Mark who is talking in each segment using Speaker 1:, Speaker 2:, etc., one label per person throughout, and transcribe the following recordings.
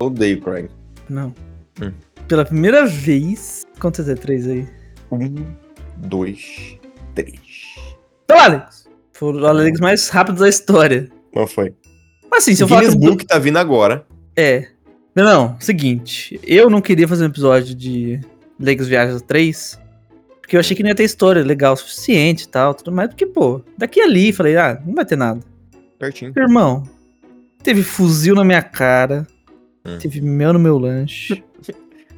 Speaker 1: Odeio Crying.
Speaker 2: Não.
Speaker 1: Hum.
Speaker 2: Pela primeira vez. Quantas é três aí?
Speaker 1: Um, dois, três.
Speaker 2: Então, Alex. Foram os Alex mais rápidos da história.
Speaker 1: Não foi.
Speaker 2: Mas assim, se eu falar.
Speaker 1: Guinness
Speaker 2: que-
Speaker 1: Book tá vindo agora.
Speaker 2: É. Não, não, seguinte. Eu não queria fazer um episódio de Legos Viagens 3. Porque eu achei que não ia ter história legal o suficiente e tal, tudo mais. Porque, pô, daqui e ali, falei, ah, não vai ter nada.
Speaker 1: Certinho.
Speaker 2: Irmão, teve fuzil na minha cara.
Speaker 1: Hum.
Speaker 2: Teve mel no meu lanche.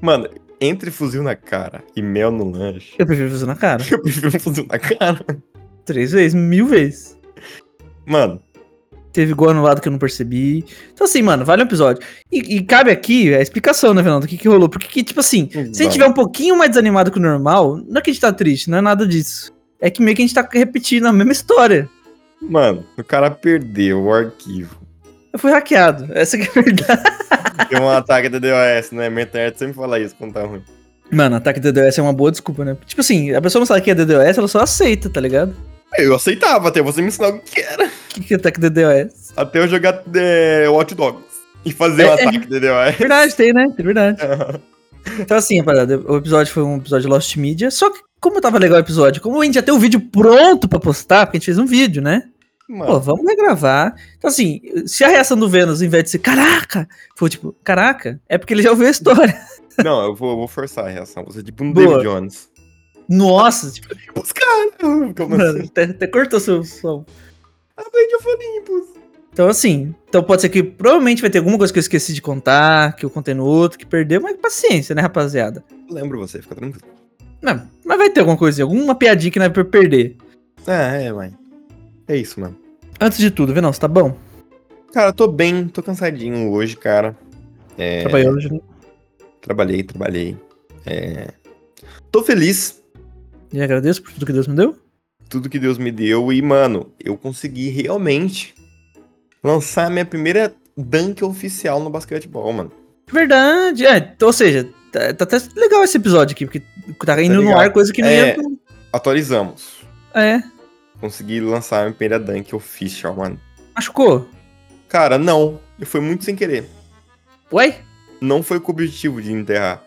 Speaker 1: Mano, entre fuzil na cara e mel no lanche,
Speaker 2: Eu prefiro fuzil na cara.
Speaker 1: eu prefiro fuzil na cara.
Speaker 2: Três vezes, mil vezes.
Speaker 1: Mano,
Speaker 2: Teve gol anulado que eu não percebi. Então, assim, mano, vale um episódio. E, e cabe aqui a explicação, né, Fernando? O que, que rolou? Porque, que, tipo assim, se a gente
Speaker 1: Vale.
Speaker 2: tiver um pouquinho mais desanimado que o normal, não é que a gente tá triste, não é nada disso. É que meio que a gente tá repetindo a mesma história. um
Speaker 1: mano, o cara perdeu o arquivo.
Speaker 2: Eu fui hackeado. Essa que é a verdade.
Speaker 1: Tem um ataque da DOS, né? Minha internet sempre fala isso quando tá ruim.
Speaker 2: Mano, ataque DDoS é uma boa desculpa, né? Tipo assim, a pessoa não sabe o que é DDoS, ela só aceita, tá ligado?
Speaker 1: Eu aceitava até você me ensinar o que era.
Speaker 2: O que, que é ataque DDoS?
Speaker 1: Até eu jogar é, Watch Dogs e fazer o
Speaker 2: É.
Speaker 1: ataque da DOS.
Speaker 2: Verdade, tem, né? É verdade. Então, assim, rapaziada, o episódio foi um episódio de Lost Media. Só que, como tava legal o episódio, como a gente já tem o vídeo pronto pra postar, porque a gente fez um vídeo, né? Pô,
Speaker 1: Mano,
Speaker 2: vamos regravar. Então, assim, se a reação do Vênus, ao invés de ser caraca, foi tipo, caraca, é porque ele já ouviu a história.
Speaker 1: não, eu vou, eu vou forçar a reação. Você é tipo um
Speaker 2: Boa.
Speaker 1: David Jones.
Speaker 2: Nossa, tipo,
Speaker 1: Os caras, como
Speaker 2: mano,
Speaker 1: assim?
Speaker 2: até, até cortou seu som.
Speaker 1: A Blade of Olympus.
Speaker 2: Então, assim, então pode ser que provavelmente vai ter alguma coisa que eu esqueci de contar, que eu contei no outro, que perdeu, mas paciência, né, rapaziada?
Speaker 1: Eu Lembro você, fica tranquilo.
Speaker 2: Não, mas vai ter alguma coisa, alguma piadinha que não é pra eu perder.
Speaker 1: Ah, é, mãe. É isso, mano.
Speaker 2: Antes de tudo, Venus, tá bom?
Speaker 1: Cara, tô bem, tô cansadinho hoje, cara. É,
Speaker 2: Trabalhou hoje, né?
Speaker 1: Trabalhei, trabalhei. É, Tô feliz.
Speaker 2: E agradeço por tudo que Deus me deu.
Speaker 1: Tudo que Deus me deu. E, mano, eu consegui realmente lançar minha primeira dunk oficial no basquetebol, mano.
Speaker 2: Verdade, é, então, ou seja, tá, tá até legal esse episódio aqui, porque tá indo no
Speaker 1: legal.
Speaker 2: ar coisa que não
Speaker 1: É.
Speaker 2: ia...
Speaker 1: Atualizamos.
Speaker 2: É,
Speaker 1: Consegui lançar minha primeira dunk official, mano.
Speaker 2: machucou.
Speaker 1: Cara, não. E foi muito sem querer.
Speaker 2: Ué?
Speaker 1: Não foi com o objetivo de enterrar.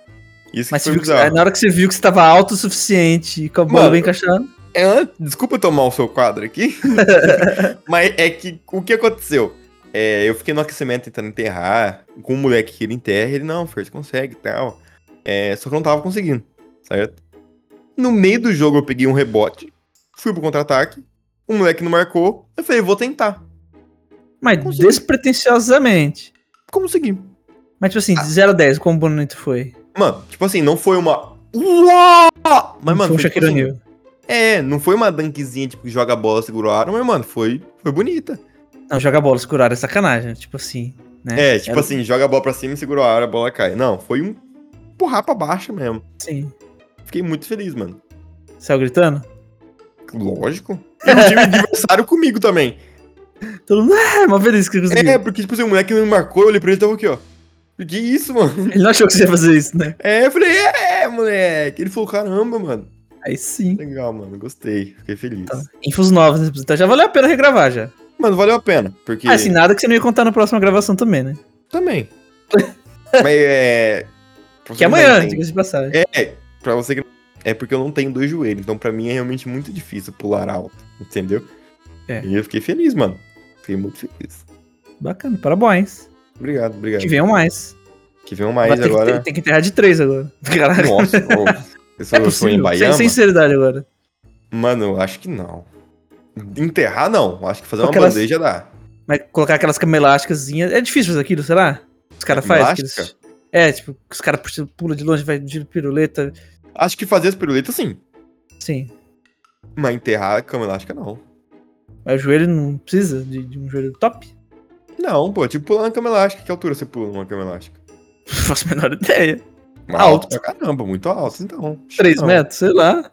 Speaker 1: Isso
Speaker 2: Mas
Speaker 1: que foi
Speaker 2: você viu que, é,
Speaker 1: bizarro.
Speaker 2: na hora que você viu que você tava alto o suficiente e com a bola
Speaker 1: Mano.
Speaker 2: bem encaixada.
Speaker 1: É, desculpa tomar o seu quadro aqui. mas é que o que aconteceu? É, eu fiquei no aquecimento tentando enterrar. Com o moleque que ele enterra, ele não, Fer, você consegue e tal. É, só que eu não tava conseguindo, certo? No meio do jogo eu peguei um rebote, fui pro contra-ataque, o moleque não marcou. Eu falei, vou tentar.
Speaker 2: Mas
Speaker 1: Consegui.
Speaker 2: despretensiosamente.
Speaker 1: Consegui.
Speaker 2: Mas tipo assim,
Speaker 1: Ah.
Speaker 2: de 0 a 10, quão bonito foi?
Speaker 1: Mano, tipo assim, não foi uma. Uau! Mas, mano,
Speaker 2: foi um
Speaker 1: foi, tipo
Speaker 2: Shaquille
Speaker 1: assim,
Speaker 2: O'Neal.
Speaker 1: É, não foi uma dunkzinha, tipo, que joga a bola, segura o aro, mas, mano, foi, foi bonita.
Speaker 2: Não, joga bola, escurar é sacanagem. Tipo assim, né?
Speaker 1: É, tipo
Speaker 2: Era-
Speaker 1: assim, joga a bola pra cima e segura o aro, a bola cai. Não, foi um porrar pra baixo mesmo.
Speaker 2: Sim.
Speaker 1: Fiquei muito feliz, mano.
Speaker 2: Saiu gritando?
Speaker 1: Lógico. E o time adversário comigo também.
Speaker 2: Todo mundo, ah, uma feliz que conseguiu.
Speaker 1: É, porque, tipo assim, o moleque não me marcou, eu olhei pra ele e tava aqui, ó. Que isso, mano?
Speaker 2: Ele não achou que você ia fazer isso, né?
Speaker 1: É, eu falei, é, moleque. Ele falou, caramba, mano.
Speaker 2: Aí sim.
Speaker 1: Legal, mano, gostei. Fiquei feliz.
Speaker 2: Tá. Infos novas, né? Então já valeu a pena regravar já.
Speaker 1: Mano, valeu a pena, porque...
Speaker 2: Ah, assim, nada que você não ia contar na próxima gravação também, né?
Speaker 1: Também. Mas é... pra você
Speaker 2: Que é amanhã,
Speaker 1: entender.
Speaker 2: diga-se de passagem.
Speaker 1: É, pra você que É porque eu não tenho dois joelhos, então pra mim é realmente muito difícil pular alto, entendeu?
Speaker 2: É.
Speaker 1: E eu fiquei feliz, mano. Fiquei muito feliz.
Speaker 2: Bacana, parabéns.
Speaker 1: Obrigado, obrigado.
Speaker 2: Que venham mais.
Speaker 1: Que venham
Speaker 2: Vai
Speaker 1: mais
Speaker 2: ter que-
Speaker 1: É. agora.
Speaker 2: tem, tem que enterrar de três agora. Caraca.
Speaker 1: Nossa, ô, eu sou,
Speaker 2: É
Speaker 1: eu sou
Speaker 2: possível.
Speaker 1: em Bahia.
Speaker 2: Sem sinceridade agora.
Speaker 1: Mano, eu acho que não. Enterrar não, acho que fazer uma
Speaker 2: Aquelas-
Speaker 1: bandeja dá.
Speaker 2: Mas colocar aquelas camas elásticaszinhas. É difícil fazer aquilo, será? Os caras
Speaker 1: Cama
Speaker 2: fazem aqueles...
Speaker 1: elástica?
Speaker 2: É, tipo, os caras puxam- pulam de longe, vai de piruleta.
Speaker 1: Acho que fazer as piruletas sim,
Speaker 2: Sim.
Speaker 1: mas enterrar a cama elástica não.
Speaker 2: Mas o joelho não precisa de, de um joelho top?
Speaker 1: Não, pô, tipo pular uma cama elástica. Que altura você pula numa cama elástica?
Speaker 2: Não faço a menor ideia.
Speaker 1: Mas
Speaker 2: Alto.
Speaker 1: pra caramba, muito alto, então. Acho que
Speaker 2: 3
Speaker 1: não.
Speaker 2: metros, sei lá.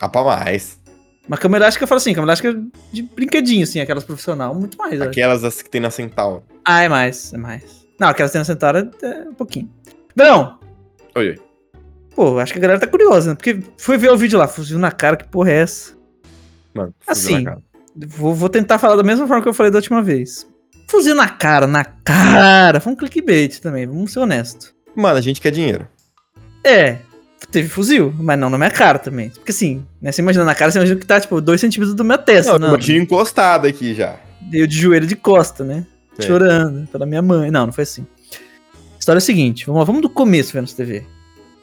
Speaker 1: Ah, pra mais.
Speaker 2: Uma cama elástica, eu falo assim, cama elástica de brinquedinho, assim, aquelas profissional, muito mais. eu acho.
Speaker 1: Aquelas das que tem na Centauro.
Speaker 2: Ah, é mais, é mais. Não, aquelas cenas sentadas é um pouquinho. Não,
Speaker 1: Oi, oi.
Speaker 2: pô, acho que a galera tá curiosa, né? Porque foi ver o vídeo lá, fuzil na cara, que porra é essa?
Speaker 1: Mano,
Speaker 2: Assim,
Speaker 1: fuzil na cara.
Speaker 2: Vou, vou tentar falar da mesma forma que eu falei da última vez. Fuzil na cara, na cara. Foi um clickbait também, vamos ser honesto.
Speaker 1: Mano, a gente quer dinheiro.
Speaker 2: É, teve fuzil, mas não na minha cara também. Porque assim, né? Você imagina na cara, você imagina que tá, tipo, dois centímetros da minha testa,
Speaker 1: não,
Speaker 2: não.
Speaker 1: eu tinha encostado aqui já. É,
Speaker 2: Eu de joelho de costa, né?
Speaker 1: Sei.
Speaker 2: Chorando pela minha mãe. Não, não foi assim. A história é a seguinte, vamos lá, vamos do começo, Vênus TV.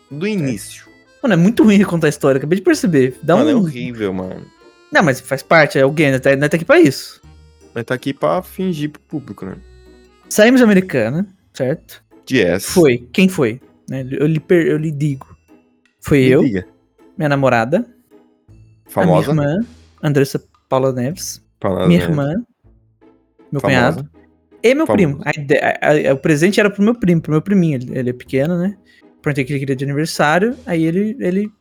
Speaker 1: Do início.
Speaker 2: Mano, é muito ruim contar a história, acabei de perceber. Dá
Speaker 1: mano, é
Speaker 2: um.
Speaker 1: horrível, mano.
Speaker 2: Não, mas faz parte, é alguém, né? Tá, nós tá aqui pra isso.
Speaker 1: Mas tá aqui pra fingir pro público, né?
Speaker 2: Saímos de Americana, certo?
Speaker 1: Yes.
Speaker 2: Foi. Quem foi? Né, Eu, lhe per- eu lhe digo. Foi
Speaker 1: Me
Speaker 2: eu,
Speaker 1: diga.
Speaker 2: minha namorada,
Speaker 1: Famosa.
Speaker 2: a minha irmã, Andressa Paula Neves,
Speaker 1: Famosa,
Speaker 2: minha
Speaker 1: né?
Speaker 2: irmã, meu
Speaker 1: Famosa.
Speaker 2: cunhado. E meu
Speaker 1: Famoso.
Speaker 2: primo. A ide- a- a- o presente era pro meu primo, pro meu priminho. Ele, ele é pequeno, né? Perguntei o que ele queria de aniversário. Aí ele, ele.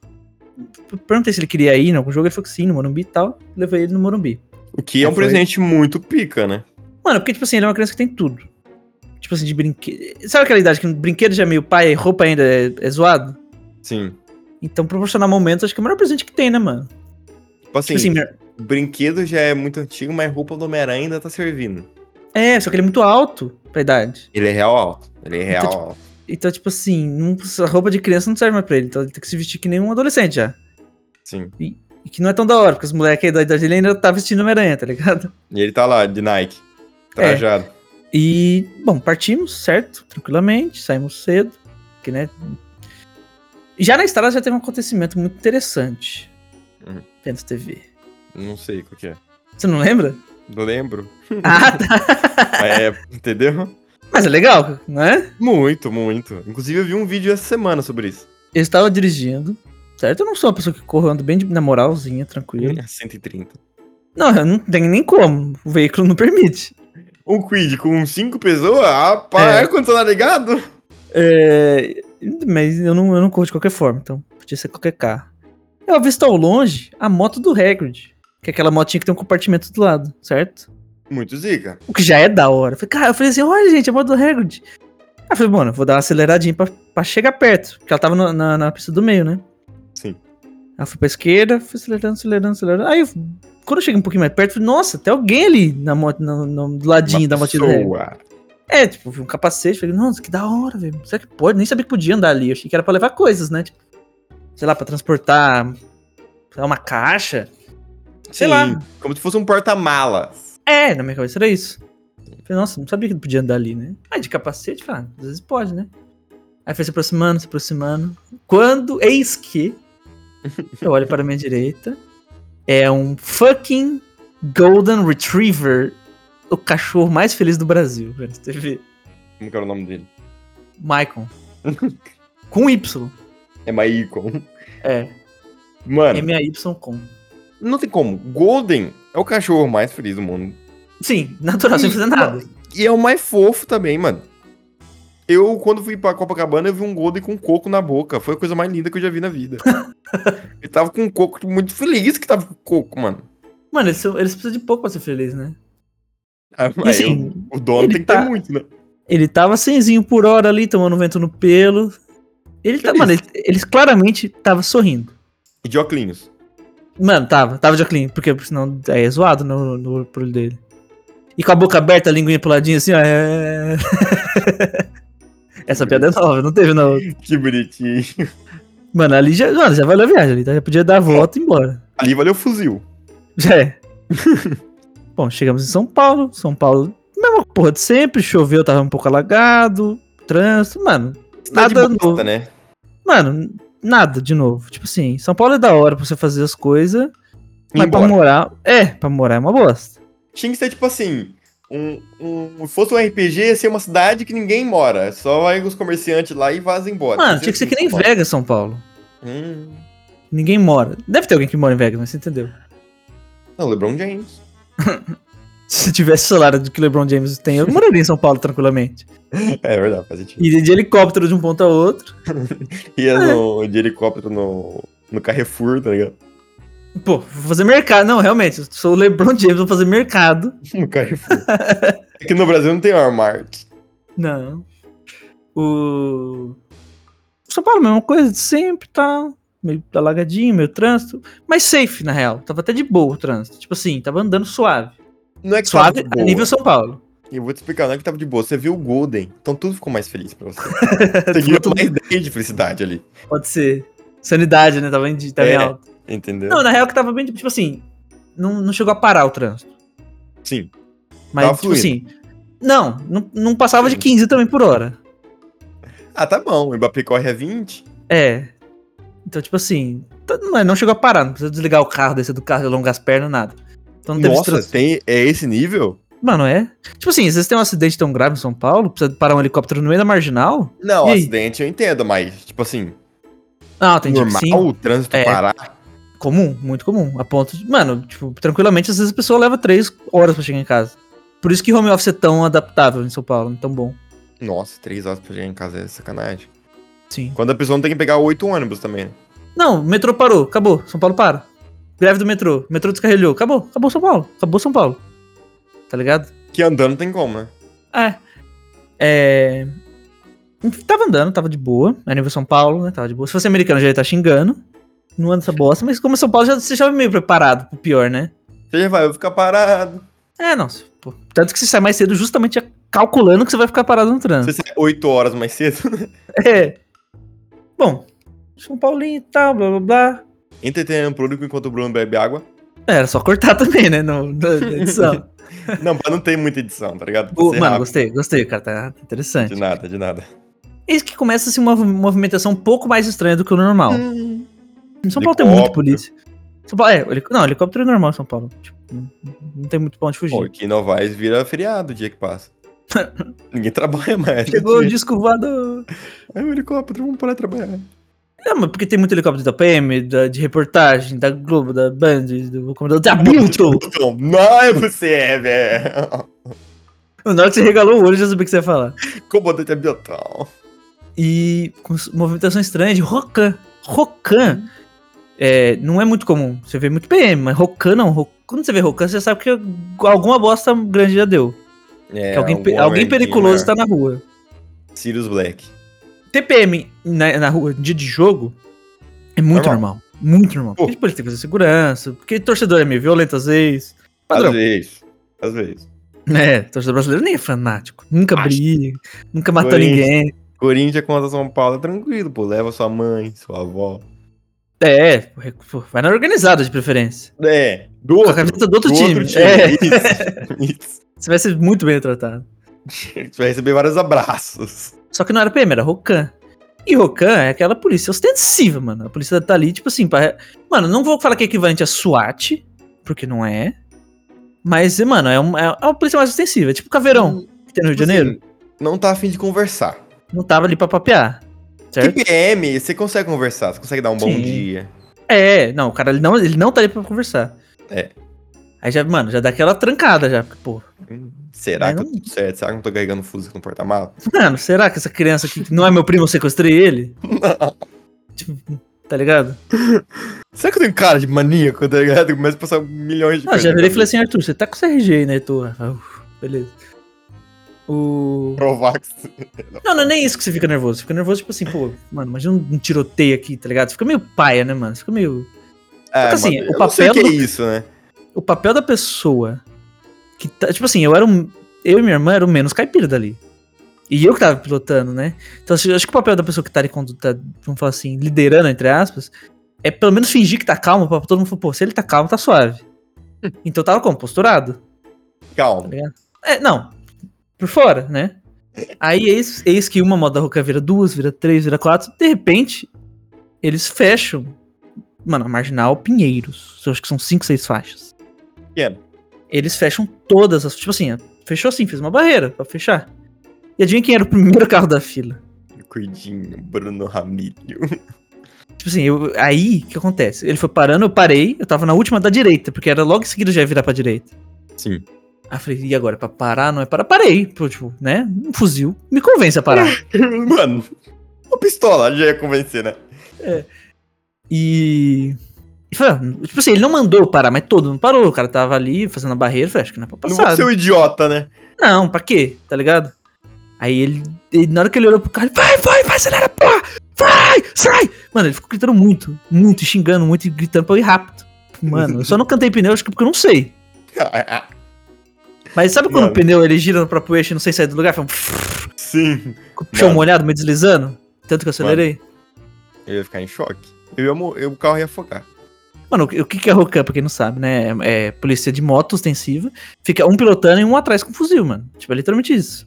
Speaker 2: Perguntei se ele queria ir em algum jogo. Ele falou que sim, no Morumbi e tal. Levei ele no Morumbi.
Speaker 1: O que é um
Speaker 2: Foi.
Speaker 1: presente muito pica, né?
Speaker 2: Mano, porque, tipo assim, ele é uma criança que tem tudo. Tipo assim, de brinquedo. Sabe aquela idade que brinquedo já é meio pai e roupa ainda é, é zoado?
Speaker 1: Sim.
Speaker 2: Então, proporcionar momentos, acho que é o melhor presente que tem, né, mano?
Speaker 1: Tipo assim,
Speaker 2: Tipo assim, minha-
Speaker 1: brinquedo já é muito antigo, mas roupa do Homem-Aranha ainda tá servindo.
Speaker 2: é, só que ele é muito alto pra idade.
Speaker 1: Ele é real alto. Ele é real
Speaker 2: Então, tipo,
Speaker 1: alto.
Speaker 2: Então, tipo assim, não- a roupa de criança não serve mais pra ele. Então, ele tem que se vestir que nem um adolescente já.
Speaker 1: Sim.
Speaker 2: E que não é tão da hora, porque os moleques aí da idade dele ainda tá vestindo Homem-Aranha, tá ligado?
Speaker 1: E ele tá lá, de Nike.
Speaker 2: É.
Speaker 1: Trajado.
Speaker 2: E, bom, partimos, certo? Tranquilamente, saímos cedo. Que, né? Já na estrada já teve um acontecimento muito interessante.
Speaker 1: Uhum.
Speaker 2: Dentro da TV.
Speaker 1: Não sei qual que é.
Speaker 2: Você não lembra?
Speaker 1: Não lembro.
Speaker 2: ah, tá.
Speaker 1: Mas é, entendeu?
Speaker 2: Mas é legal, né?
Speaker 1: Muito, muito. Inclusive, eu vi um vídeo essa semana sobre isso.
Speaker 2: Eu estava dirigindo, certo? Eu não sou uma pessoa que corro, eu ando bem de- na moralzinha, tranquilo.
Speaker 1: 130.
Speaker 2: Não, eu não tenho nem como. O veículo não permite.
Speaker 1: Um quid com cinco pessoas? Rapaz,
Speaker 2: É.
Speaker 1: é. ar-condicionado ligado?
Speaker 2: É, mas eu não, eu não corro de qualquer forma, então podia ser qualquer carro. Eu avisto ao longe a moto do Hagrid, que é aquela motinha que tem um compartimento do lado, certo?
Speaker 1: Muito zica.
Speaker 2: O que já é da hora. Eu falei, cara, eu falei assim, olha gente, a moto do Hagrid. Aí eu falei, mano, eu vou dar uma aceleradinha pra, pra chegar perto, porque ela tava na, na, na pista do meio, né?
Speaker 1: Sim.
Speaker 2: Aí eu fui pra esquerda, fui acelerando, acelerando, acelerando. Aí, eu- quando eu cheguei um pouquinho mais perto, eu falei, nossa, tem alguém ali na moto, no, no- do ladinho da motinha do Hagrid.
Speaker 1: pessoa.
Speaker 2: É, tipo, vi um capacete, falei, nossa, que da hora, velho. Será que pode? Nem sabia que podia andar ali. Eu achei que era pra levar coisas, né? Tipo, sei lá, pra transportar sei lá, uma caixa. Sei
Speaker 1: Sim,
Speaker 2: lá.
Speaker 1: Como se fosse um porta-malas.
Speaker 2: É, na minha cabeça era isso. Falei, nossa, não sabia que podia andar ali, né? Ah, de capacete, falei, ah, às vezes pode, né? Aí foi se aproximando, se aproximando. Quando, eis que, eu olho para a minha direita, é um fucking Golden Retriever, o cachorro mais feliz do Brasil, velho. Você vê?
Speaker 1: Como que era o nome dele?
Speaker 2: Maicon. com Y.
Speaker 1: É Maicon.
Speaker 2: É,
Speaker 1: Mano,
Speaker 2: MAY com.
Speaker 1: não tem como. Golden é o cachorro mais feliz do mundo.
Speaker 2: Sim, natural, sem fazer nada.
Speaker 1: E é o mais fofo também, mano. Eu, quando fui pra Copacabana, eu vi um Golden com coco na boca. Foi a coisa mais linda que eu já vi na vida. Ele tava com coco, tipo, muito feliz que tava com coco, mano.
Speaker 2: Mano, eles, são- eles precisam de pouco pra ser feliz, né?
Speaker 1: Ah,
Speaker 2: E
Speaker 1: mas eu-
Speaker 2: assim,
Speaker 1: o dono
Speaker 2: ele
Speaker 1: tem que
Speaker 2: tá-
Speaker 1: ter muito, né?
Speaker 2: ele tava senzinho por hora ali, tomando vento no pelo. Ele tá,
Speaker 1: Feliz.
Speaker 2: mano, ele- eles claramente tava sorrindo.
Speaker 1: E de óculos.
Speaker 2: Mano, tava, tava de óculos, porque senão aí é zoado no, no olho dele. E com a boca aberta, a linguinha pro ladinho assim, ó. é. Essa piada é nova, não teve na outra.
Speaker 1: Que bonitinho.
Speaker 2: Mano, ali já, mano, já valeu a viagem, ali, tá? já podia dar a volta e ir embora.
Speaker 1: Ali valeu o fuzil.
Speaker 2: Já é. Bom, chegamos em São Paulo. São Paulo, mesma porra de sempre. Choveu, tava um pouco alagado. Trânsito, mano.
Speaker 1: Cidade
Speaker 2: Nada
Speaker 1: bosta,
Speaker 2: novo.
Speaker 1: né?
Speaker 2: Mano, nada de novo. Tipo assim, São Paulo é da hora pra você fazer as coisas.
Speaker 1: E
Speaker 2: Mas pra
Speaker 1: embora.
Speaker 2: morar. É, pra morar é uma bosta.
Speaker 1: Tinha que ser, tipo assim, um, um, se fosse um RPG, ia ser uma cidade que ninguém mora. É Só vai os comerciantes lá e vazam embora. assim,
Speaker 2: Mano, tinha que ser que nem
Speaker 1: velho.
Speaker 2: Vegas, São Paulo.
Speaker 1: Hum.
Speaker 2: Ninguém mora. Deve ter alguém que mora em Vegas, mas você entendeu.
Speaker 1: não, LeBron James.
Speaker 2: Se tivesse salário do que LeBron James tem, eu moraria em São Paulo tranquilamente.
Speaker 1: É verdade, faz sentido.
Speaker 2: Iria de helicóptero de um ponto a outro.
Speaker 1: Ia no, de helicóptero no, no Carrefour, tá ligado?
Speaker 2: Pô, vou fazer mercado. Não, realmente, eu sou o LeBron James, vou fazer mercado.
Speaker 1: No Carrefour. Aqui no Brasil não tem Walmart.
Speaker 2: Não. O. São Paulo, mesma coisa de sempre, tá? Meio alagadinho, meio trânsito. Mas safe, na real. Tava até de boa o trânsito. Tipo assim, tava andando suave.
Speaker 1: Não é que tá
Speaker 2: Suave a
Speaker 1: boa.
Speaker 2: nível São Paulo.
Speaker 1: E eu vou te explicar, não é que tava de boa. Você viu o Golden, então tudo ficou mais feliz pra você. Você ganhou
Speaker 2: Tudo-
Speaker 1: É mais 10 de felicidade ali,
Speaker 2: Pode ser. Sanidade, né? Tava bem, de- tava bem
Speaker 1: É.
Speaker 2: alto.
Speaker 1: entendeu?
Speaker 2: Não, na real que tava bem, tipo assim, não, não chegou a parar o trânsito.
Speaker 1: Sim.
Speaker 2: Mas,
Speaker 1: Tava
Speaker 2: tipo
Speaker 1: fluindo.
Speaker 2: assim, não, não, não passava de 15 também por hora.
Speaker 1: Ah, tá bom. O Mbappé corre a 20.
Speaker 2: É. Então, tipo assim, tá- não é- não chegou a parar, não precisa desligar o carro, descer do carro, alongar as pernas, nada. Então não teve esse
Speaker 1: Nossa,
Speaker 2: trânsito.
Speaker 1: tem, é esse nível?
Speaker 2: Mano, é. Tipo assim, se vocês têm um acidente tão grave em São Paulo, precisa parar um helicóptero no meio da marginal.
Speaker 1: Não,
Speaker 2: E aí?
Speaker 1: acidente eu entendo, mas, tipo assim,
Speaker 2: Não, tem
Speaker 1: normal,
Speaker 2: tipo sim.
Speaker 1: o trânsito
Speaker 2: É.
Speaker 1: parar.
Speaker 2: Comum, muito comum. A ponto de. Mano, tipo, tranquilamente, às vezes a pessoa leva três horas pra chegar em casa. Por isso que home office é tão adaptável em São Paulo, tão bom.
Speaker 1: Nossa, 3 horas pra chegar em casa é sacanagem.
Speaker 2: Sim.
Speaker 1: Quando a pessoa não tem que pegar 8 ônibus também. né?
Speaker 2: Não, o metrô parou, acabou. São Paulo para. Greve do metrô, o metrô descarrilhou, acabou, acabou São Paulo, acabou São Paulo. Tá ligado?
Speaker 1: Que andando não tem como, né?
Speaker 2: É. É. Enfim, Tava andando, tava de boa. A nível São Paulo, né? Tava de boa. Se fosse americano, já ia estar xingando. Não anda essa bosta, mas como é São Paulo, já, você já é meio preparado pro pior, né?
Speaker 1: Você já vai, eu vou ficar parado.
Speaker 2: É, não. se- pô. Tanto que você sai mais cedo justamente é calculando que você vai ficar parado no
Speaker 1: Você
Speaker 2: trânsito.
Speaker 1: sai 8 horas mais cedo.
Speaker 2: É. Bom, São Paulinho e tal, blá blá blá.
Speaker 1: Entretenendo o público enquanto o Bruno bebe água.
Speaker 2: É, era só cortar também, né? No, na edição.
Speaker 1: Não, mas não tem muita edição, tá ligado?
Speaker 2: Boa,
Speaker 1: Você
Speaker 2: mano,
Speaker 1: rápido.
Speaker 2: gostei, gostei, cara. Tá interessante.
Speaker 1: De nada, de nada.
Speaker 2: Eis que começa assim, uma movimentação um pouco mais estranha do que o normal.
Speaker 1: Hum.
Speaker 2: Em São Paulo tem
Speaker 1: Helicóptero.
Speaker 2: muito polícia. São Paulo, é, heli- não, helicóptero é normal em São Paulo. Tipo, não, não tem muito pra onde
Speaker 1: Pô,
Speaker 2: fugir.
Speaker 1: aqui em Novaes vira feriado o dia que passa. Ninguém trabalha mais.
Speaker 2: Chegou o
Speaker 1: né?
Speaker 2: disco voador.
Speaker 1: É um helicóptero, vamos parar de trabalhar.
Speaker 2: Não, mas porque tem muito helicóptero da PM, da, de reportagem, da Globo, da Band, do comandante da Bulto.
Speaker 1: Então, Não é você, velho.
Speaker 2: Na hora que você regalou o olho, eu já sabia o que você ia falar.
Speaker 1: Comandante Abilton.
Speaker 2: E com s- movimentação estranha de Rocan. Rocan. É, não é muito comum. Você vê muito PM, mas Rocan não. Ro- Quando você vê Rocan, você sabe que alguma bosta grande já deu.
Speaker 1: É,
Speaker 2: que alguém,
Speaker 1: um
Speaker 2: pe-
Speaker 1: homem
Speaker 2: alguém
Speaker 1: de
Speaker 2: periculoso
Speaker 1: mar.
Speaker 2: tá na rua.
Speaker 1: Sirius Black.
Speaker 2: TPM na, na rua, dia de jogo, é muito normal. Muito normal.
Speaker 1: Pô.
Speaker 2: Porque, tipo, ele tem que fazer segurança, porque torcedor é meio violento às vezes. Padrão.
Speaker 1: Às vezes. Às vezes.
Speaker 2: É, torcedor brasileiro nem é fanático. Nunca
Speaker 1: Acho.
Speaker 2: briga, nunca matou
Speaker 1: Corinthians.
Speaker 2: ninguém.
Speaker 1: Corinthians contra São Paulo é tranquilo, pô. Leva sua mãe, sua avó.
Speaker 2: É, pô, re- pô, vai na organizada de preferência.
Speaker 1: É, do
Speaker 2: Com a
Speaker 1: outro,
Speaker 2: camiseta do outro,
Speaker 1: do
Speaker 2: time.
Speaker 1: outro
Speaker 2: É,
Speaker 1: time. Isso,
Speaker 2: você vai ser muito bem tratado.
Speaker 1: isso. Vai receber vários abraços.
Speaker 2: Só que não era PM, era Rocan. E Rocan é aquela polícia ostensiva, mano. A polícia tá ali, tipo assim, pra... Mano, não vou falar que é equivalente a SWAT, porque não é. Mas, mano, é uma, é uma polícia mais ostensiva. É tipo Caveirão, que tem no Rio de
Speaker 1: Tipo
Speaker 2: Janeiro.
Speaker 1: assim, não tá afim de conversar.
Speaker 2: Não tava ali pra papear, certo?
Speaker 1: Que PM, você consegue conversar, você consegue dar um bom
Speaker 2: Sim.
Speaker 1: dia.
Speaker 2: É, não, o cara ele não, ele não tá ali pra conversar.
Speaker 1: É.
Speaker 2: Aí já, mano, já dá aquela trancada já. porque, Pô,
Speaker 1: Hum, Será
Speaker 2: Mas
Speaker 1: que eu
Speaker 2: não-
Speaker 1: tô tudo certo? Será que eu não tô carregando fuzil no porta-malas?
Speaker 2: mano, será que essa criança aqui que não é meu primo, eu sequestrei ele? Tipo, tá ligado?
Speaker 1: Será que eu tenho cara de maníaco, tá ligado? Eu Começo a passar milhões de
Speaker 2: Não, já
Speaker 1: coisas na
Speaker 2: virei e falei
Speaker 1: cabeça.
Speaker 2: assim, Arthur, você tá com o CRG aí, né, Arthur? Ah, uf, beleza. O.
Speaker 1: Provax.
Speaker 2: Não, não é nem isso que você fica nervoso. Você fica nervoso, tipo assim, pô, mano, imagina um tiroteio aqui, tá ligado? Você fica meio paia, né, mano? Você fica meio.
Speaker 1: É,
Speaker 2: assim,
Speaker 1: mano,
Speaker 2: o
Speaker 1: eu não sei o que
Speaker 2: papel
Speaker 1: é isso, né?
Speaker 2: o papel da pessoa que tá, tipo assim, eu era um, eu e minha irmã eram menos caipira dali. E eu que tava pilotando, né? Então assim, acho que o papel da pessoa que tá ali quando tá, vamos falar assim, liderando entre aspas, é pelo menos fingir que tá calmo, pra todo mundo falar, pô, se ele tá calmo, tá suave. Então eu tava como posturado.
Speaker 1: Calma.
Speaker 2: É, não. Por fora, né? Aí eis, eis que uma moda roca vira duas, vira três, vira quatro. De repente, eles fecham. Mano, a marginal Pinheiros. Eu acho que são cinco, seis faixas.
Speaker 1: Pequeno.
Speaker 2: Eles fecham todas as. Tipo assim, fechou assim, fez uma barreira pra fechar. E adivinha quem era o primeiro carro da fila?
Speaker 1: Cuidinho, Bruno Ramilho.
Speaker 2: Tipo assim, eu, aí o que acontece? Ele foi parando, eu parei, eu tava na última da direita, porque era logo em seguida eu já ia virar pra direita.
Speaker 1: Sim.
Speaker 2: Aí eu falei, e agora? Pra parar? Não é parar? Parei. Pô, Tipo, né? Um fuzil. Me convence a parar.
Speaker 1: Mano, uma pistola já ia convencer, né?
Speaker 2: E. e foi, ah, tipo assim, ele não mandou eu parar, mas todo mundo parou. O cara tava ali fazendo a barreira, eu falei, acho que não é pra
Speaker 1: Não vou
Speaker 2: passar.
Speaker 1: ser um idiota, né?
Speaker 2: Não, pra quê? Tá ligado? Aí ele, ele- na hora que ele olhou pro cara, ele, vai, vai, vai, acelera, porra! Vai, sai! Mano, ele ficou gritando muito, muito, e xingando muito, e gritando pra eu ir rápido. Mano, eu só não cantei pneu, acho que porque eu não sei. Mas sabe quando
Speaker 1: Mano.
Speaker 2: o pneu ele gira no próprio eixo e não sei sair do lugar? Foi um
Speaker 1: Sim.
Speaker 2: com o chão
Speaker 1: Mano.
Speaker 2: molhado, me deslizando? Tanto que eu acelerei.
Speaker 1: Eu ia ficar em choque. Eu ia, mo- eu- o carro ia afogar.
Speaker 2: Mano, o que- o que que é Rocan, pra quem não sabe, né? É é polícia de moto ostensiva. Fica um pilotando e um atrás com fuzil, mano. Tipo, é literalmente isso.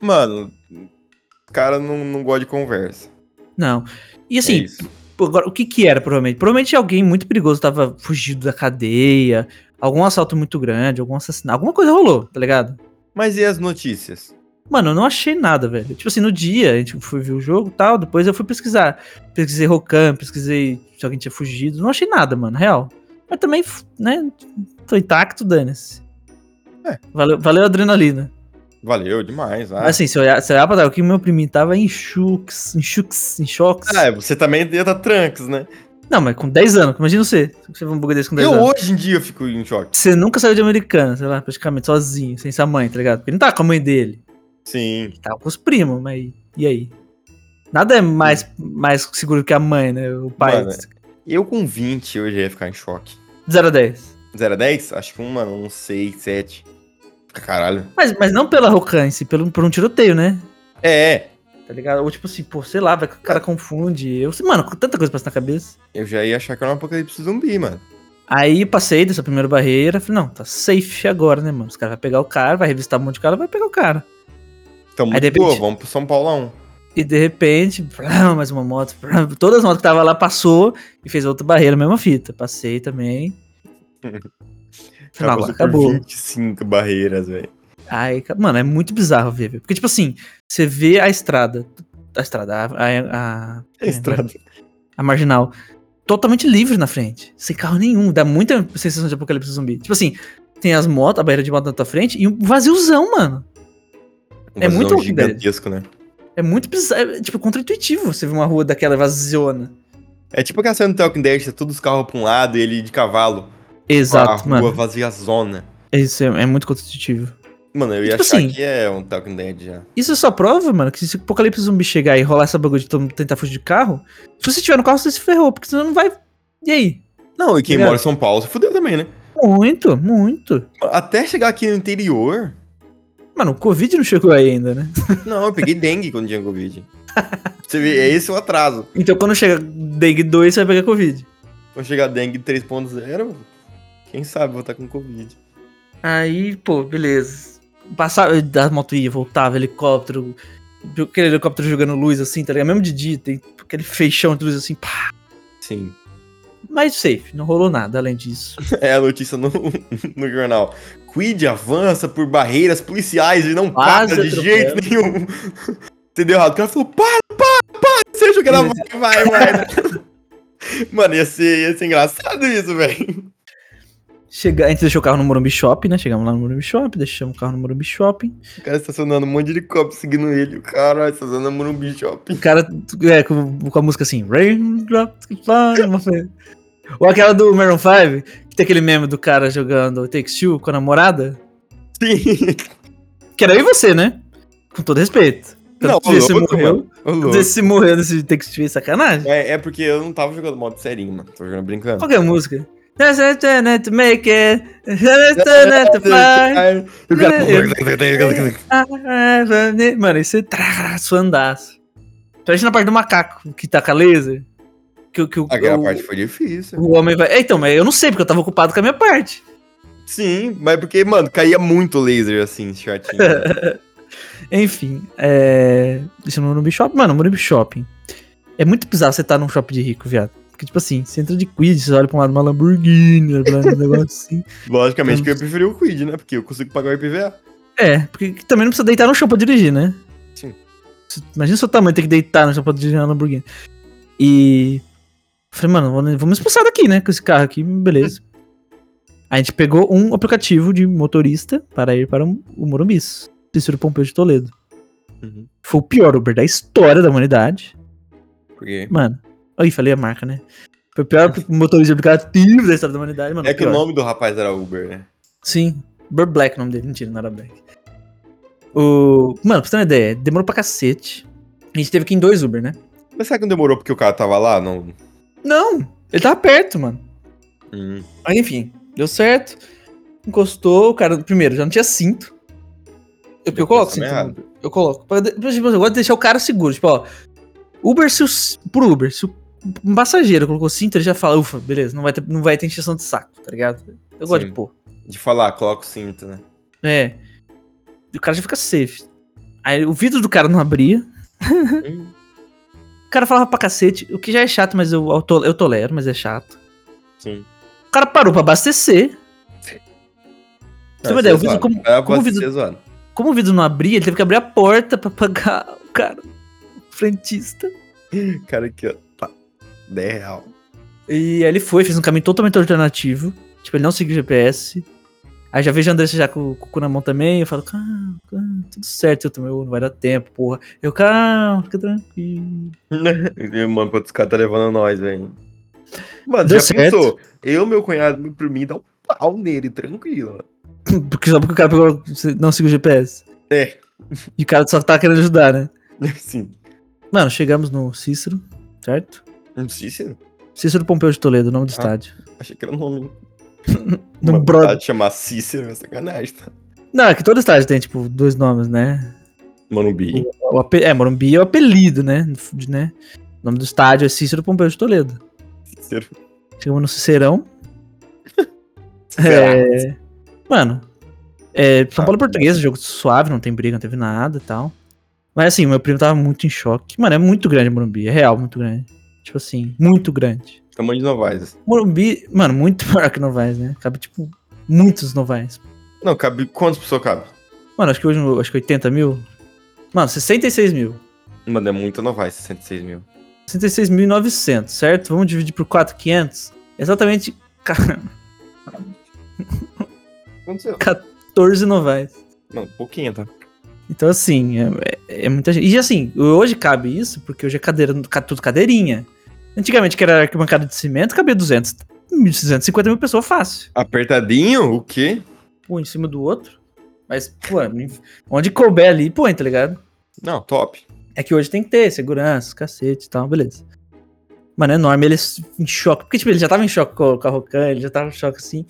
Speaker 1: Mano, o cara não, não gosta de conversa.
Speaker 2: Não. E
Speaker 1: É
Speaker 2: assim,
Speaker 1: isso.
Speaker 2: Pô, Agora, o que que era, provavelmente? Provavelmente alguém muito perigoso tava fugido da cadeia, algum assalto muito grande, algum assassinato, alguma coisa rolou, tá ligado?
Speaker 1: Mas e as notícias?
Speaker 2: Mano, eu não achei nada, velho. Tipo assim, no dia, a gente foi ver o jogo e tal, depois eu fui pesquisar. Pesquisei Rocan, pesquisei se alguém tinha fugido, não achei nada, mano, real. Mas também, né, tô intacto, dane-se.
Speaker 1: É.
Speaker 2: Valeu, valeu a adrenalina.
Speaker 1: Valeu demais. Ah,
Speaker 2: Mas assim, se eu olhar, se eu olhar pra trás, o que meu priminho tava em chux, em chux, em choques.
Speaker 1: Ah, você também ia dar trancos, né?
Speaker 2: Não, mas com 10 anos, imagina você. Você vê um bug desse com 10
Speaker 1: Eu
Speaker 2: anos.
Speaker 1: hoje em dia fico em choque.
Speaker 2: Você nunca saiu de americana, sei lá, praticamente sozinho, sem sua mãe, tá ligado? Porque ele não tava com a mãe dele.
Speaker 1: Sim.
Speaker 2: Tava com os primos, mas e aí? Nada é mais, mais seguro que a mãe, né? O pai.
Speaker 1: Mano, é. Eu com 20 hoje ia ficar em choque.
Speaker 2: de 0 a 10.
Speaker 1: 0 a 10? Acho que um, mano, um 6, 7. Caralho.
Speaker 2: Mas, mas não pela Rocan em si, pelo, por um tiroteio, né?
Speaker 1: É, é.
Speaker 2: Tá ligado? Ou tipo assim, pô, sei lá, vai que o cara confunde. Eu, mano, com tanta coisa passa na cabeça.
Speaker 1: Eu já ia achar que era um apocalipse zumbi, mano.
Speaker 2: Aí passei dessa primeira barreira, falei, não, tá safe agora, né, mano? Os caras vão pegar o cara, vai revistar um monte de cara, vai pegar o cara.
Speaker 1: Então, muito
Speaker 2: de repente-
Speaker 1: boa, vamos pro São Paulão.
Speaker 2: E de repente, pram, mais uma moto. pram, todas as motos que tava lá passou e fez outra barreira, mesma fita. Passei também. Não,
Speaker 1: Já passou
Speaker 2: agora tá
Speaker 1: por
Speaker 2: acabou.
Speaker 1: 25 barreiras, velho.
Speaker 2: Aí, ca- mano, é muito bizarro ver, velho. Porque, tipo assim, você vê a estrada. A estrada, a. A, a-
Speaker 1: A É estrada.
Speaker 2: a marginal. Totalmente livre na frente. Sem carro nenhum. Dá muita sensação de apocalipse zumbi. Tipo assim, tem as motos, a barreira de moto na tua frente e um vaziozão, mano.
Speaker 1: Um
Speaker 2: É muito
Speaker 1: vazão
Speaker 2: Walking Dead.
Speaker 1: gigantesco, né?
Speaker 2: É muito bizarro. É, tipo, contra-intuitivo você ver uma rua daquela vaziona.
Speaker 1: É tipo aquela cena do Talking Dead, tá todos os carros pra um lado e ele de cavalo. a
Speaker 2: Exato,
Speaker 1: Ah, rua
Speaker 2: mano.
Speaker 1: vazia zona.
Speaker 2: Isso é, é muito contra-intuitivo.
Speaker 1: Mano, eu ia
Speaker 2: Tipo
Speaker 1: achar
Speaker 2: assim.
Speaker 1: que é um Talking Dead já.
Speaker 2: Isso é só prova, mano, que se o apocalipse zumbi chegar e rolar essa bagulho de todo mundo tentar fugir de carro, se você tiver no carro, você se ferrou, porque senão não vai. E é? aí?
Speaker 1: Não, e quem
Speaker 2: Obrigado.
Speaker 1: mora em São Paulo se fudeu também, né?
Speaker 2: Muito, muito.
Speaker 1: Até chegar aqui no interior.
Speaker 2: Mano, o Covid não chegou aí ainda, né?
Speaker 1: Não, eu peguei dengue quando tinha Covid. Você vê, é esse o atraso.
Speaker 2: Então quando chega Dengue 2, você vai pegar Covid.
Speaker 1: Quando chegar dengue 3.0, quem sabe vou estar com Covid.
Speaker 2: Aí, pô, beleza. Passava, da moto ia, voltava, helicóptero. Aquele helicóptero jogando luz assim, tá ligado? Mesmo de dia, tem aquele feixão de luz assim, pá.
Speaker 1: Sim.
Speaker 2: Mas safe, não rolou nada além disso.
Speaker 1: É a notícia no, no jornal. Quid avança por barreiras policiais e não
Speaker 2: Quase
Speaker 1: para de
Speaker 2: atropela.
Speaker 1: jeito nenhum. Entendeu errado? O cara falou, para, para, para. Você achou que era vai, vai, vai. Mano, ia ser, ia ser engraçado isso, velho.
Speaker 2: Chega, a gente deixou o carro no Morumbi Shopping, né? Chegamos lá no Morumbi Shopping, deixamos o carro no Morumbi Shopping.
Speaker 1: O cara estacionando um monte de helicóptero seguindo ele. O cara estacionando no Morumbi
Speaker 2: O
Speaker 1: Shopping.
Speaker 2: cara é, com, com a música assim, Raindrops Keep Falling, uma coisa. Ou aquela do Maroon 5, que tem aquele meme do cara jogando Takes Two com a namorada.
Speaker 1: Sim.
Speaker 2: Que era eu e você, né? Com todo respeito.
Speaker 1: Não,
Speaker 2: Tanto que você
Speaker 1: louco,
Speaker 2: morreu.
Speaker 1: Ô,
Speaker 2: Tanto
Speaker 1: louco.
Speaker 2: que você morreu nesse Takes Two, é sacanagem.
Speaker 1: É, é porque eu não tava jogando modo serinho, mano. Tô jogando brincando.
Speaker 2: Qual que é a música? That's it, that's it, make it, that's it, that's it, fly.
Speaker 1: O cara-
Speaker 2: Ah, Mano, isso é trará, suandaço. Principalmente na parte do macaco, que taca laser. Que, o- que, o-
Speaker 1: Aquela
Speaker 2: o-
Speaker 1: parte foi difícil.
Speaker 2: O homem vai. É, então, mas eu não sei, porque eu tava ocupado com a minha parte.
Speaker 1: Sim, mas porque, mano, caía muito laser assim, chatinho.
Speaker 2: Enfim, é. Isso no Morumbi Shopping. Mano, Morumbi Shopping. É muito bizarro você tá num shopping de rico, viado. Porque, tipo assim, você entra de quid, você olha pra um lado uma Lamborghini, olha pra um negócio assim.
Speaker 1: Logicamente que eu ia preferir o Quid, né? Porque eu consigo pagar o IPVA.
Speaker 2: É, porque também não precisa deitar no chão pra dirigir, né?
Speaker 1: Sim.
Speaker 2: Você- Imagina o seu tamanho ter que deitar no chão pra dirigir uma Lamborghini. E. eu Falei, mano, vou- vamos expulsar daqui, né? Com esse carro aqui, beleza. A gente pegou um aplicativo de motorista para ir para o o Morumbis. Cícero Pompeu de Toledo.
Speaker 1: Uhum.
Speaker 2: Foi o pior Uber da história da humanidade.
Speaker 1: Porque.
Speaker 2: Mano. Aí, falei a marca, né? Foi o pior motorista de aplicativo da história da humanidade, mano.
Speaker 1: É que
Speaker 2: pior.
Speaker 1: o nome do rapaz era Uber, né?
Speaker 2: Sim. Uber Black é o nome dele. Mentira, não era Black. O... Mano, pra você ter uma ideia, demorou pra cacete. A gente teve que ir em dois Uber, né?
Speaker 1: Mas será que não demorou porque o cara tava lá? Não.
Speaker 2: Não! Ele tava perto, mano.
Speaker 1: Hum.
Speaker 2: Aí, enfim, deu certo. encostou, o cara, primeiro, já não tinha cinto. Eu, eu coloco
Speaker 1: Pensando
Speaker 2: cinto.
Speaker 1: errado.
Speaker 2: no Uber, Eu coloco. Pra- tipo assim, Eu gosto de deixar o cara seguro. Tipo, ó. Uber, se os, pro Uber, se o um passageiro colocou cinto, ele já fala, ufa, beleza, não vai ter, não vai ter encheção de saco, tá ligado? Eu gosto
Speaker 1: Sim.
Speaker 2: de pôr.
Speaker 1: De falar, coloca o cinto, né?
Speaker 2: É. E o cara já fica safe. Aí o vidro do cara não abria.
Speaker 1: Hum,
Speaker 2: O cara falava pra cacete, o que já é chato, mas eu, eu to- eu tolero, mas é chato.
Speaker 1: Sim.
Speaker 2: O cara parou pra abastecer. Você tem uma ideia, o vidro,
Speaker 1: zoado.
Speaker 2: como,
Speaker 1: Ah,
Speaker 2: como o
Speaker 1: pode
Speaker 2: vidro-
Speaker 1: ser zoado.
Speaker 2: como o vidro não abria, ele teve que abrir a porta pra pagar o cara, o frentista.
Speaker 1: Cara aqui, ó. Tá. 10 real.
Speaker 2: E aí ele foi, fez um caminho totalmente alternativo. Tipo, ele não seguiu o GPS. Aí já vejo a Andressa já com, com o cu na mão também. Eu falo, calma, calma, tudo certo. Eu também, "Ô, não vai dar tempo, porra. Eu, calma, fica tranquilo.
Speaker 1: E, Mano, quantos caras tá levando a nós, velho? Mano,
Speaker 2: Deu
Speaker 1: já
Speaker 2: certo.
Speaker 1: pensou? Eu, meu cunhado, por mim, dá um pau nele, tranquilo.
Speaker 2: Porque só porque o cara pegou- não seguiu o GPS.
Speaker 1: É.
Speaker 2: E o cara só tá querendo ajudar, né?
Speaker 1: Sim.
Speaker 2: Mano, chegamos no Cícero, certo?
Speaker 1: Não sei se...
Speaker 2: Cícero Pompeu de Toledo, o nome do
Speaker 1: Ah,
Speaker 2: estádio.
Speaker 1: Um Achei que era um nome...
Speaker 2: No
Speaker 1: uma
Speaker 2: Broad-
Speaker 1: vontade de chamar Cícero, é sacanagem, tá?
Speaker 2: Não, é que todo estádio tem, tipo, dois nomes, né?
Speaker 1: Manumbi.
Speaker 2: O ape- É, Morumbi é o apelido, né? De- né? O nome do estádio é Cícero Pompeu de Toledo.
Speaker 1: Cícero.
Speaker 2: Chegamos no Cicerão.
Speaker 1: Será?
Speaker 2: É... Mano, é, São
Speaker 1: Ah,
Speaker 2: Paulo e Portuguesa, jogo suave, não tem briga, não teve nada e tal. Mas assim, meu primo tava muito em choque. Mano, é muito grande o Morumbi, é real, muito grande. Tipo assim, muito grande.
Speaker 1: Tamanho de Novaes.
Speaker 2: Morumbi, mano, muito maior que Novaes, né? Cabe, tipo, muitos Novaes.
Speaker 1: Não, cabe... Quantas pessoas cabe?
Speaker 2: Mano, acho que hoje, acho que 80 mil. Mano, 66 mil.
Speaker 1: Mano, é muito Novaes, 66 mil.
Speaker 2: 66.900, certo? Vamos dividir por 4,500. Exatamente ca-
Speaker 1: Aconteceu.
Speaker 2: 14 Novaes.
Speaker 1: Mano, pouquinho, tá?
Speaker 2: Então, assim, é, é- é muita gente. E assim, hoje cabe isso, porque hoje é cadeira, ca- tudo cadeirinha. Antigamente, que era arquibancada de cimento, cabia 200, 1.650 mil pessoas fácil.
Speaker 1: Apertadinho? O quê?
Speaker 2: Um em cima do outro. Mas, pô, onde couber ali, põe, tá ligado?
Speaker 1: Não, top.
Speaker 2: É que hoje tem que ter segurança, cacete e tal, beleza. Mano, é enorme, ele s- em choque. Porque, tipo, ele já tava em choque com, com a Rocan, ele já tava em choque assim.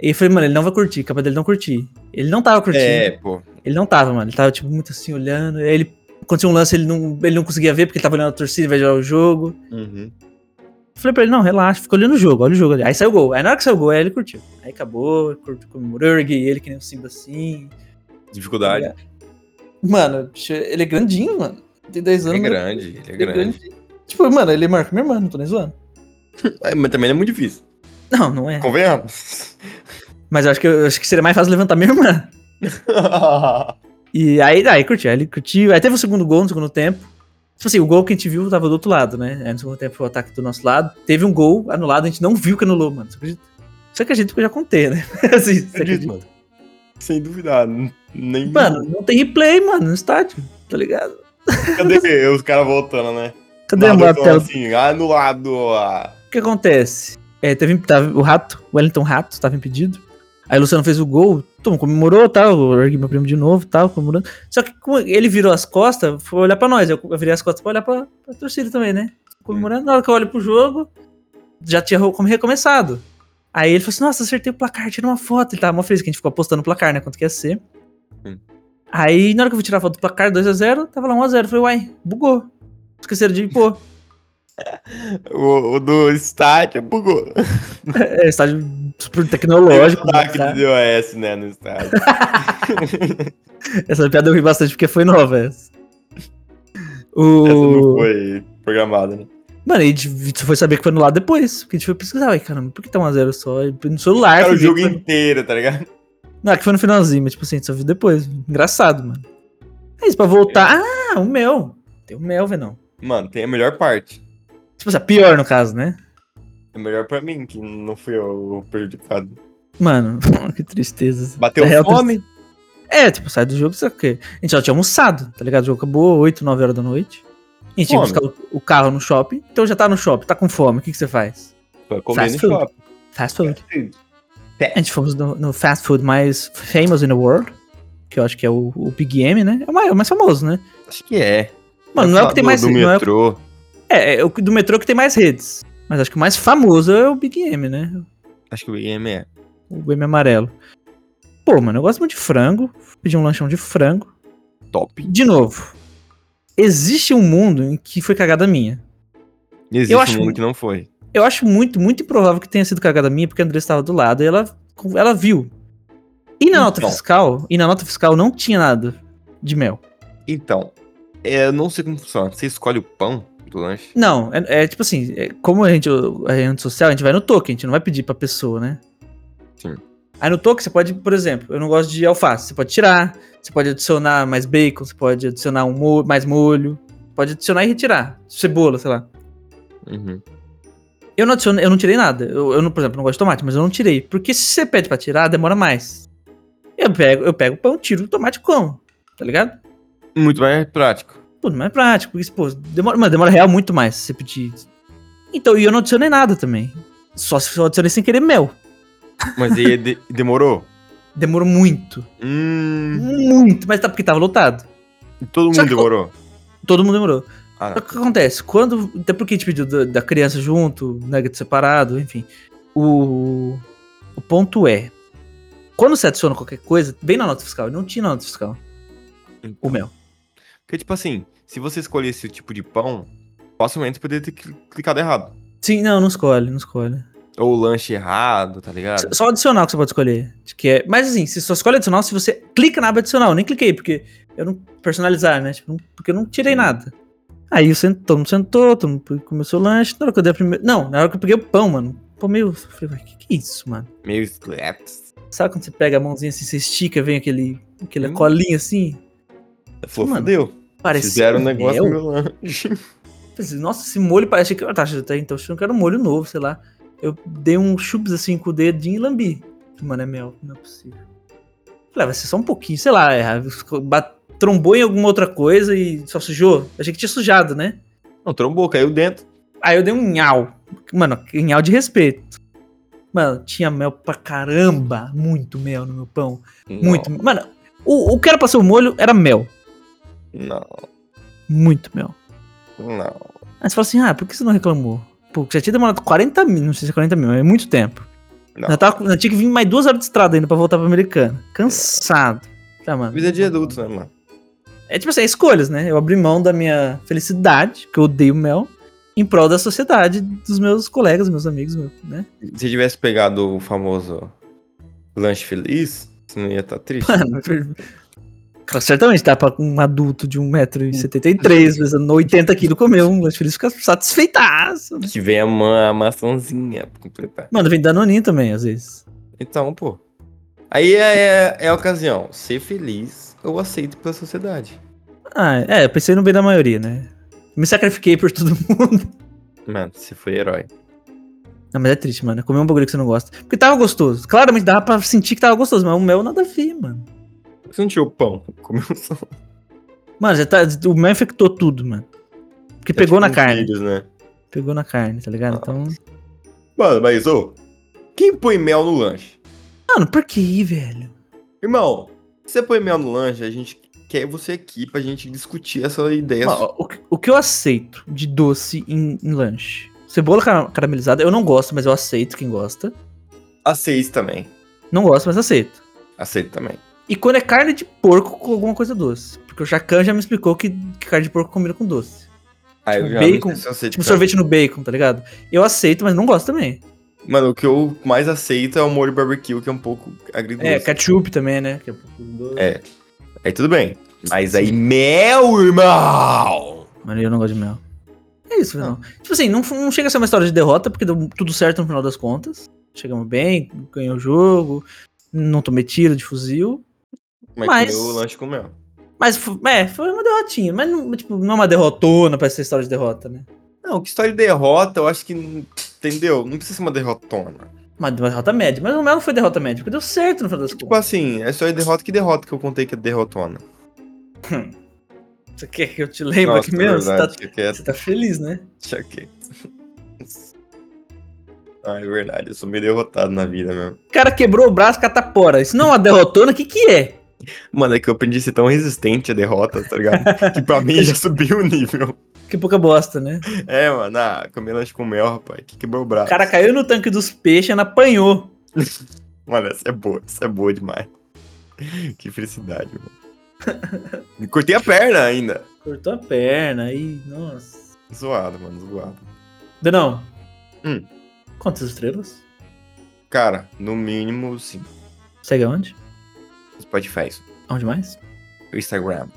Speaker 2: E eu falei, mano, ele não vai curtir, capaz dele não curtir. Ele não tava curtindo.
Speaker 1: É, pô.
Speaker 2: Ele não tava, mano. Ele tava, tipo, muito assim, olhando. Aí ele. Aconteceu um lance, ele não, ele não conseguia ver, porque ele tava olhando a torcida, vai jogar o jogo.
Speaker 1: Uhum.
Speaker 2: Eu falei pra ele, não, relaxa, fica olhando o jogo, olha o jogo ali. Aí saiu o gol. Aí na hora que saiu o gol, aí ele curtiu. Aí acabou, curtiu, comemorou, eu erguei ele que nem um simba assim. É.
Speaker 1: Dificuldade.
Speaker 2: Mano, ele é grandinho, mano. Tem 10
Speaker 1: Ele
Speaker 2: anos.
Speaker 1: é
Speaker 2: mas-
Speaker 1: grande, ele é grande.
Speaker 2: Tipo, mano, ele marca minha irmã, não tô nem zoando.
Speaker 1: É, mas também não é muito difícil.
Speaker 2: Não, não é.
Speaker 1: Convenhamos.
Speaker 2: Mas eu acho que, eu acho que seria mais fácil levantar minha irmã. E aí, aí curtiu, aí ele curtiu. Aí teve o segundo gol no segundo tempo. Tipo assim, o gol que a gente viu tava do outro lado, né? Aí no segundo tempo foi o ataque do nosso lado. Teve um gol anulado, a gente não viu que anulou, mano. Você acredita? Você acredita que eu já contei, né? assim, você acredita?
Speaker 1: mano. Sem duvidar. n- Nem
Speaker 2: Mano, não tem replay, mano, no estádio, tá ligado?
Speaker 1: cadê os caras voltando, né?
Speaker 2: Cadê a
Speaker 1: Nada,
Speaker 2: tela?
Speaker 1: assim, anulado. ah.
Speaker 2: O que acontece? É, teve, tava, o Rato, o Wellington Rato, tava impedido. Aí o Luciano fez o gol, tom, comemorou, tal, eu ergui meu primo de novo, tal, comemorando. Só que como ele virou as costas, foi olhar pra nós, eu, eu virei as costas pra olhar pra, pra torcida também, né? Comemorando, na hora que eu olho pro jogo, já tinha ro- como recomeçado. Aí ele falou assim, nossa, acertei o placar, tira uma foto. Ele tava mó feliz, que a gente ficou apostando o placar, né, quanto que ia ser.
Speaker 1: Hum.
Speaker 2: Aí, na hora que eu fui tirar a foto do placar, 2x0, tava lá 1x0. Eu Falei, uai, bugou. Esqueceram de pôr.
Speaker 1: O, o do estádio bugou.
Speaker 2: É, estádio super tecnológico.
Speaker 1: O ataque
Speaker 2: tá?
Speaker 1: do DOS, né, no estádio.
Speaker 2: Essa piada eu ri bastante porque foi nova. Essa.
Speaker 1: Essa não
Speaker 2: O...
Speaker 1: foi programada, né?
Speaker 2: Mano, e a gente só foi saber que foi no lado depois. Porque tipo, a gente foi pesquisar, ué, caramba, por que tá 1x0 só? E No celular.
Speaker 1: Era o
Speaker 2: fui ver
Speaker 1: jogo
Speaker 2: que foi...
Speaker 1: inteiro, tá ligado?
Speaker 2: Não, que foi no finalzinho, mas tipo assim, a gente só viu depois. Engraçado, mano. É isso, pra voltar. Ah, o mel. Tem o mel, velho, não.
Speaker 1: Mano, tem a melhor parte.
Speaker 2: Tipo assim, a pior no caso, né?
Speaker 1: É melhor pra mim, que não fui eu o prejudicado.
Speaker 2: Mano, que tristeza.
Speaker 1: Bateu
Speaker 2: É real
Speaker 1: um fome?
Speaker 2: É, tipo, sai do jogo, sabe o quê? A gente já tinha almoçado, tá ligado? O jogo acabou 8, 9 horas da noite. A gente tinha que
Speaker 1: Fome.
Speaker 2: buscar o, o carro no shopping. Então já tá no shopping, tá com fome, o que, que você faz?
Speaker 1: Foi comer no
Speaker 2: Fast food.
Speaker 1: shopping.
Speaker 2: Fast food.
Speaker 1: É.
Speaker 2: A gente fomos no, no fast food mais famous in the world, que eu acho que é o, o Big M, né? É o maior, o mais famoso, né?
Speaker 1: Acho que é.
Speaker 2: Mano, não é o que tem
Speaker 1: Do-
Speaker 2: mais...
Speaker 1: Do
Speaker 2: não é, o-
Speaker 1: metrô.
Speaker 2: é, é o que- do metrô que tem mais redes. Mas acho que o mais famoso é o Big M, né?
Speaker 1: Acho que o Big M é.
Speaker 2: o M amarelo. Pô, mano, eu gosto muito de frango. Pedi um lanchão de frango.
Speaker 1: Top.
Speaker 2: De novo, existe um mundo em que foi cagada minha.
Speaker 1: Existe
Speaker 2: Eu
Speaker 1: um
Speaker 2: acho-
Speaker 1: mundo que não foi.
Speaker 2: Eu acho muito, muito improvável que tenha sido cagada minha, porque a Andressa estava do lado e ela, ela viu. E na nota
Speaker 1: Então.
Speaker 2: fiscal, e na nota fiscal não tinha nada de mel.
Speaker 1: Então, é, eu não sei como funciona. Você escolhe o pão do lanche?
Speaker 2: Não, é, é tipo assim, é, como a gente é antissocial, a gente vai no toque, a gente não vai pedir pra pessoa, né?
Speaker 1: Sim.
Speaker 2: Aí no toque você pode, por exemplo, eu não gosto de alface, você pode tirar, você pode adicionar mais bacon, você pode adicionar um mo- mais molho, pode adicionar e retirar, cebola, sei lá.
Speaker 1: Uhum.
Speaker 2: Eu não adiciono, eu não tirei nada. Eu, eu não, por exemplo, não gosto de tomate, mas eu não tirei, porque se você pede pra tirar, demora mais. Eu pego, eu pego o pão, tiro o tomate e como, tá ligado?
Speaker 1: Muito mais prático.
Speaker 2: Pô, não é prático, porque, pô, demora, mano, demora real muito mais se você pedir. Então, e eu não adicionei nada também. Só se eu adicionei sem querer mel.
Speaker 1: Mas aí é de- demorou.
Speaker 2: Demorou muito.
Speaker 1: Hum,
Speaker 2: Muito, mas tá porque tava lotado.
Speaker 1: todo
Speaker 2: Só
Speaker 1: mundo
Speaker 2: que-
Speaker 1: demorou.
Speaker 2: Todo mundo demorou.
Speaker 1: Ah,
Speaker 2: O que acontece? Quando. Até porque a gente pediu da, da criança junto, nugget separado, enfim. O. O ponto é. Quando você adiciona qualquer coisa, vem na nota fiscal. e Não tinha na nota fiscal.
Speaker 1: Então.
Speaker 2: O mel.
Speaker 1: Porque, tipo assim, se você escolher esse tipo de pão, facilmente poderia ter cli- clicado errado.
Speaker 2: Sim, não, não escolhe, não escolhe.
Speaker 1: Ou o lanche errado, tá ligado?
Speaker 2: S- Só o adicional que você pode escolher. de Que é, mas assim, se só escolhe adicional, se você clica na aba adicional, eu nem cliquei, porque eu não personalizar, né? Tipo, não- porque eu não tirei nada. Aí eu sent, todo mundo sentou, todo mundo começou o lanche. Na hora que eu dei a primeira. Não, na hora que eu peguei o pão, mano. Pô, meu, eu falei, "Ué, que que é isso, mano?
Speaker 1: Meio esclaps.
Speaker 2: Sabe quando você pega a mãozinha assim, você estica, vem aquele, aquela
Speaker 1: Hum.
Speaker 2: colinha assim?
Speaker 1: Falou,
Speaker 2: Mano,
Speaker 1: fodeu.
Speaker 2: Parece.
Speaker 1: Fizeram um negócio no
Speaker 2: mel.
Speaker 1: meu lanche.
Speaker 2: Falei assim, Nossa, esse molho parece que. Ah, tá, já tá, então eu não quero um molho novo, sei lá. Eu dei um chups assim com o dedinho e lambi. Falei, Mano, é mel, não é possível. Falei, ah, vai ser só um pouquinho, sei lá. É, bat- trombou em alguma outra coisa e só sujou. Achei que tinha sujado, né?
Speaker 1: Não, trombou, caiu dentro.
Speaker 2: Aí eu dei um nhau. Mano, nhau de respeito. Mano, tinha mel pra caramba. Muito mel no meu pão. Muito. Mano, o, o que era pra ser o molho era mel.
Speaker 1: Não,
Speaker 2: Muito mel.
Speaker 1: não, não.
Speaker 2: Aí você fala assim, ah, por que você não reclamou? Pô, já tinha demorado 40 mil, não sei se é 40 mil, é muito tempo.
Speaker 1: Não.
Speaker 2: Já, tava, já tinha que vir mais duas horas de estrada ainda pra voltar pra Americana. Cansado. Tá, mano.
Speaker 1: Vida de adulto, né, mano?
Speaker 2: É tipo assim, é escolhas, né? Eu abri mão da minha felicidade, que eu odeio mel, em prol da sociedade, dos meus colegas, meus amigos, meu, né?
Speaker 1: Se tivesse pegado o famoso lanche feliz, você não ia estar triste.
Speaker 2: Mano, claro, certamente dá pra um adulto de 1,73m, pesando 80kg, comer um lanche feliz fica satisfeitaço. né?
Speaker 1: Se tiver a, ma- a maçãzinha pra completar.
Speaker 2: Mano, vem danoninho também, às vezes.
Speaker 1: Então, pô. Aí é, é, é a ocasião. Ser feliz ou aceito pela sociedade.
Speaker 2: Ah, é, eu pensei no bem da maioria, né? Me sacrifiquei por todo mundo.
Speaker 1: Mano, você foi herói.
Speaker 2: Não, mas é triste, mano. Comer um bagulho que você não gosta. Porque tava gostoso. Claramente dava pra sentir que tava gostoso, mas o mel nada a ver, mano.
Speaker 1: Você não tirou o pão, comeu só.
Speaker 2: Mano, já tá, o mel infectou tudo, mano.
Speaker 1: É
Speaker 2: Porque pegou na carne.
Speaker 1: Filhos, né?
Speaker 2: Pegou na carne, tá ligado? Então.
Speaker 1: Mano, mas ô, quem põe mel no lanche?
Speaker 2: Mano, por que, velho?
Speaker 1: Irmão, se você põe mel no lanche, a gente quer você aqui pra gente discutir essa ideia.
Speaker 2: Mano, o, que- o que eu aceito de doce em, em lanche? Cebola cara- caramelizada, eu não gosto, mas eu aceito quem gosta.
Speaker 1: Aceito também.
Speaker 2: Não gosto, mas aceito.
Speaker 1: Aceito também.
Speaker 2: E quando é carne de porco com alguma coisa doce. Porque o Jacan já me explicou que, que carne de porco combina com doce.
Speaker 1: Aí
Speaker 2: Tipo,
Speaker 1: eu já não
Speaker 2: bacon,
Speaker 1: sei se eu aceito
Speaker 2: Tipo,
Speaker 1: tanto.
Speaker 2: sorvete no bacon, tá ligado? Eu aceito, mas não gosto também.
Speaker 1: Mano, o que eu mais aceito é o molho barbecue, que é um pouco agridoce.
Speaker 2: É, ketchup também, né? Que é um pouco doce.
Speaker 1: É. Aí tudo bem. Mas aí, mel, irmão!
Speaker 2: Mas eu não gosto de mel. É isso,
Speaker 1: Não.
Speaker 2: não. Tipo assim, não, não chega a ser uma história de derrota, porque deu tudo certo no final das contas. Chegamos bem, ganhou o jogo, não tomei tiro de fuzil.
Speaker 1: Mas,
Speaker 2: Mas-
Speaker 1: comeu o lanche com mel.
Speaker 2: Mas, fo- é, foi uma derrotinha. Mas, não, tipo, não é uma derrotona pra ser história de derrota, né?
Speaker 1: Não, que história de derrota, eu acho que. Entendeu? Não precisa ser uma derrotona.
Speaker 2: Uma derrota média. Mas o mel não foi derrota média, porque deu certo no final das
Speaker 1: Tipo
Speaker 2: contas.
Speaker 1: assim, é só de derrota que derrota que eu contei que é derrotona.
Speaker 2: Você quer que eu te lembre aqui mesmo? Você tá,
Speaker 1: verdade, que é-
Speaker 2: você tá feliz, né?
Speaker 1: Deixa quieto. Ah, é verdade, eu sou meio derrotado na vida mesmo.
Speaker 2: O cara quebrou o braço catapora. Isso não é uma derrotona, o que que é?
Speaker 1: Mano, é que eu aprendi a ser tão resistente a derrotas, tá ligado? que pra mim já subiu o nível.
Speaker 2: Que pouca bosta, né?
Speaker 1: É, mano, ah, comer lanche com mel, rapaz, que quebrou o braço.
Speaker 2: O cara caiu no tanque dos peixes e apanhou.
Speaker 1: Mano, essa é boa, essa é boa demais. Que felicidade, mano. E Cortei a perna ainda.
Speaker 2: Cortou a perna aí, nossa.
Speaker 1: Zoado, mano, zoado.
Speaker 2: Denão.
Speaker 1: Hum.
Speaker 2: Quantas estrelas?
Speaker 1: Cara, no mínimo, sim.
Speaker 2: Segue aonde?
Speaker 1: Spotify,
Speaker 2: Aonde mais?
Speaker 1: Instagram.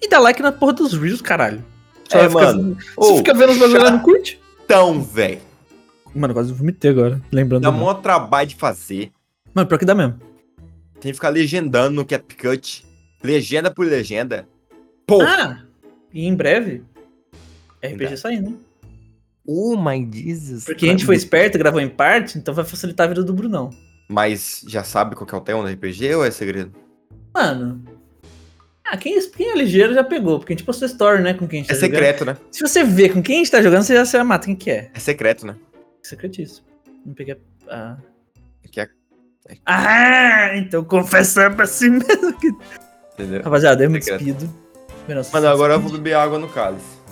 Speaker 2: E dá like na porra dos Reels, caralho. Só
Speaker 1: É,
Speaker 2: fica-
Speaker 1: mano.
Speaker 2: Você
Speaker 1: Ô,
Speaker 2: fica vendo os bagulho lá e não curte?
Speaker 1: Então, velho.
Speaker 2: Mano, quase vomitei agora, lembrando.
Speaker 1: Dá
Speaker 2: do nome.
Speaker 1: mó trabalho de fazer.
Speaker 2: Mano, pior que dá mesmo.
Speaker 1: Tem que ficar legendando no CapCut. Legenda por legenda. Pô,
Speaker 2: Ah! E em breve, RPG
Speaker 1: Verdade.
Speaker 2: saindo, hein?
Speaker 1: oh my Jesus.
Speaker 2: Porque a gente foi esperto, gravou em parte, então vai facilitar a vida do Brunão.
Speaker 1: Mas já sabe qual que é o tema do RPG ou é segredo?
Speaker 2: Mano. Ah, quem, quem é ligeiro já pegou, porque a gente postou story, né? Com quem a gente
Speaker 1: É
Speaker 2: tá jogando.
Speaker 1: secreto, né?
Speaker 2: Se você vê com quem a gente tá jogando, você já se mata quem que é.
Speaker 1: É secreto, né?
Speaker 2: Secretíssimo. Não peguei a.
Speaker 1: Que é-
Speaker 2: Ah, ah então confessar pra si mesmo que. tá.
Speaker 1: Entendeu?
Speaker 2: Rapaziada, eu me
Speaker 1: Secreto.
Speaker 2: despido. Meu, nossa,
Speaker 1: Mano, agora eu vou
Speaker 2: despede.
Speaker 1: beber água no cálice.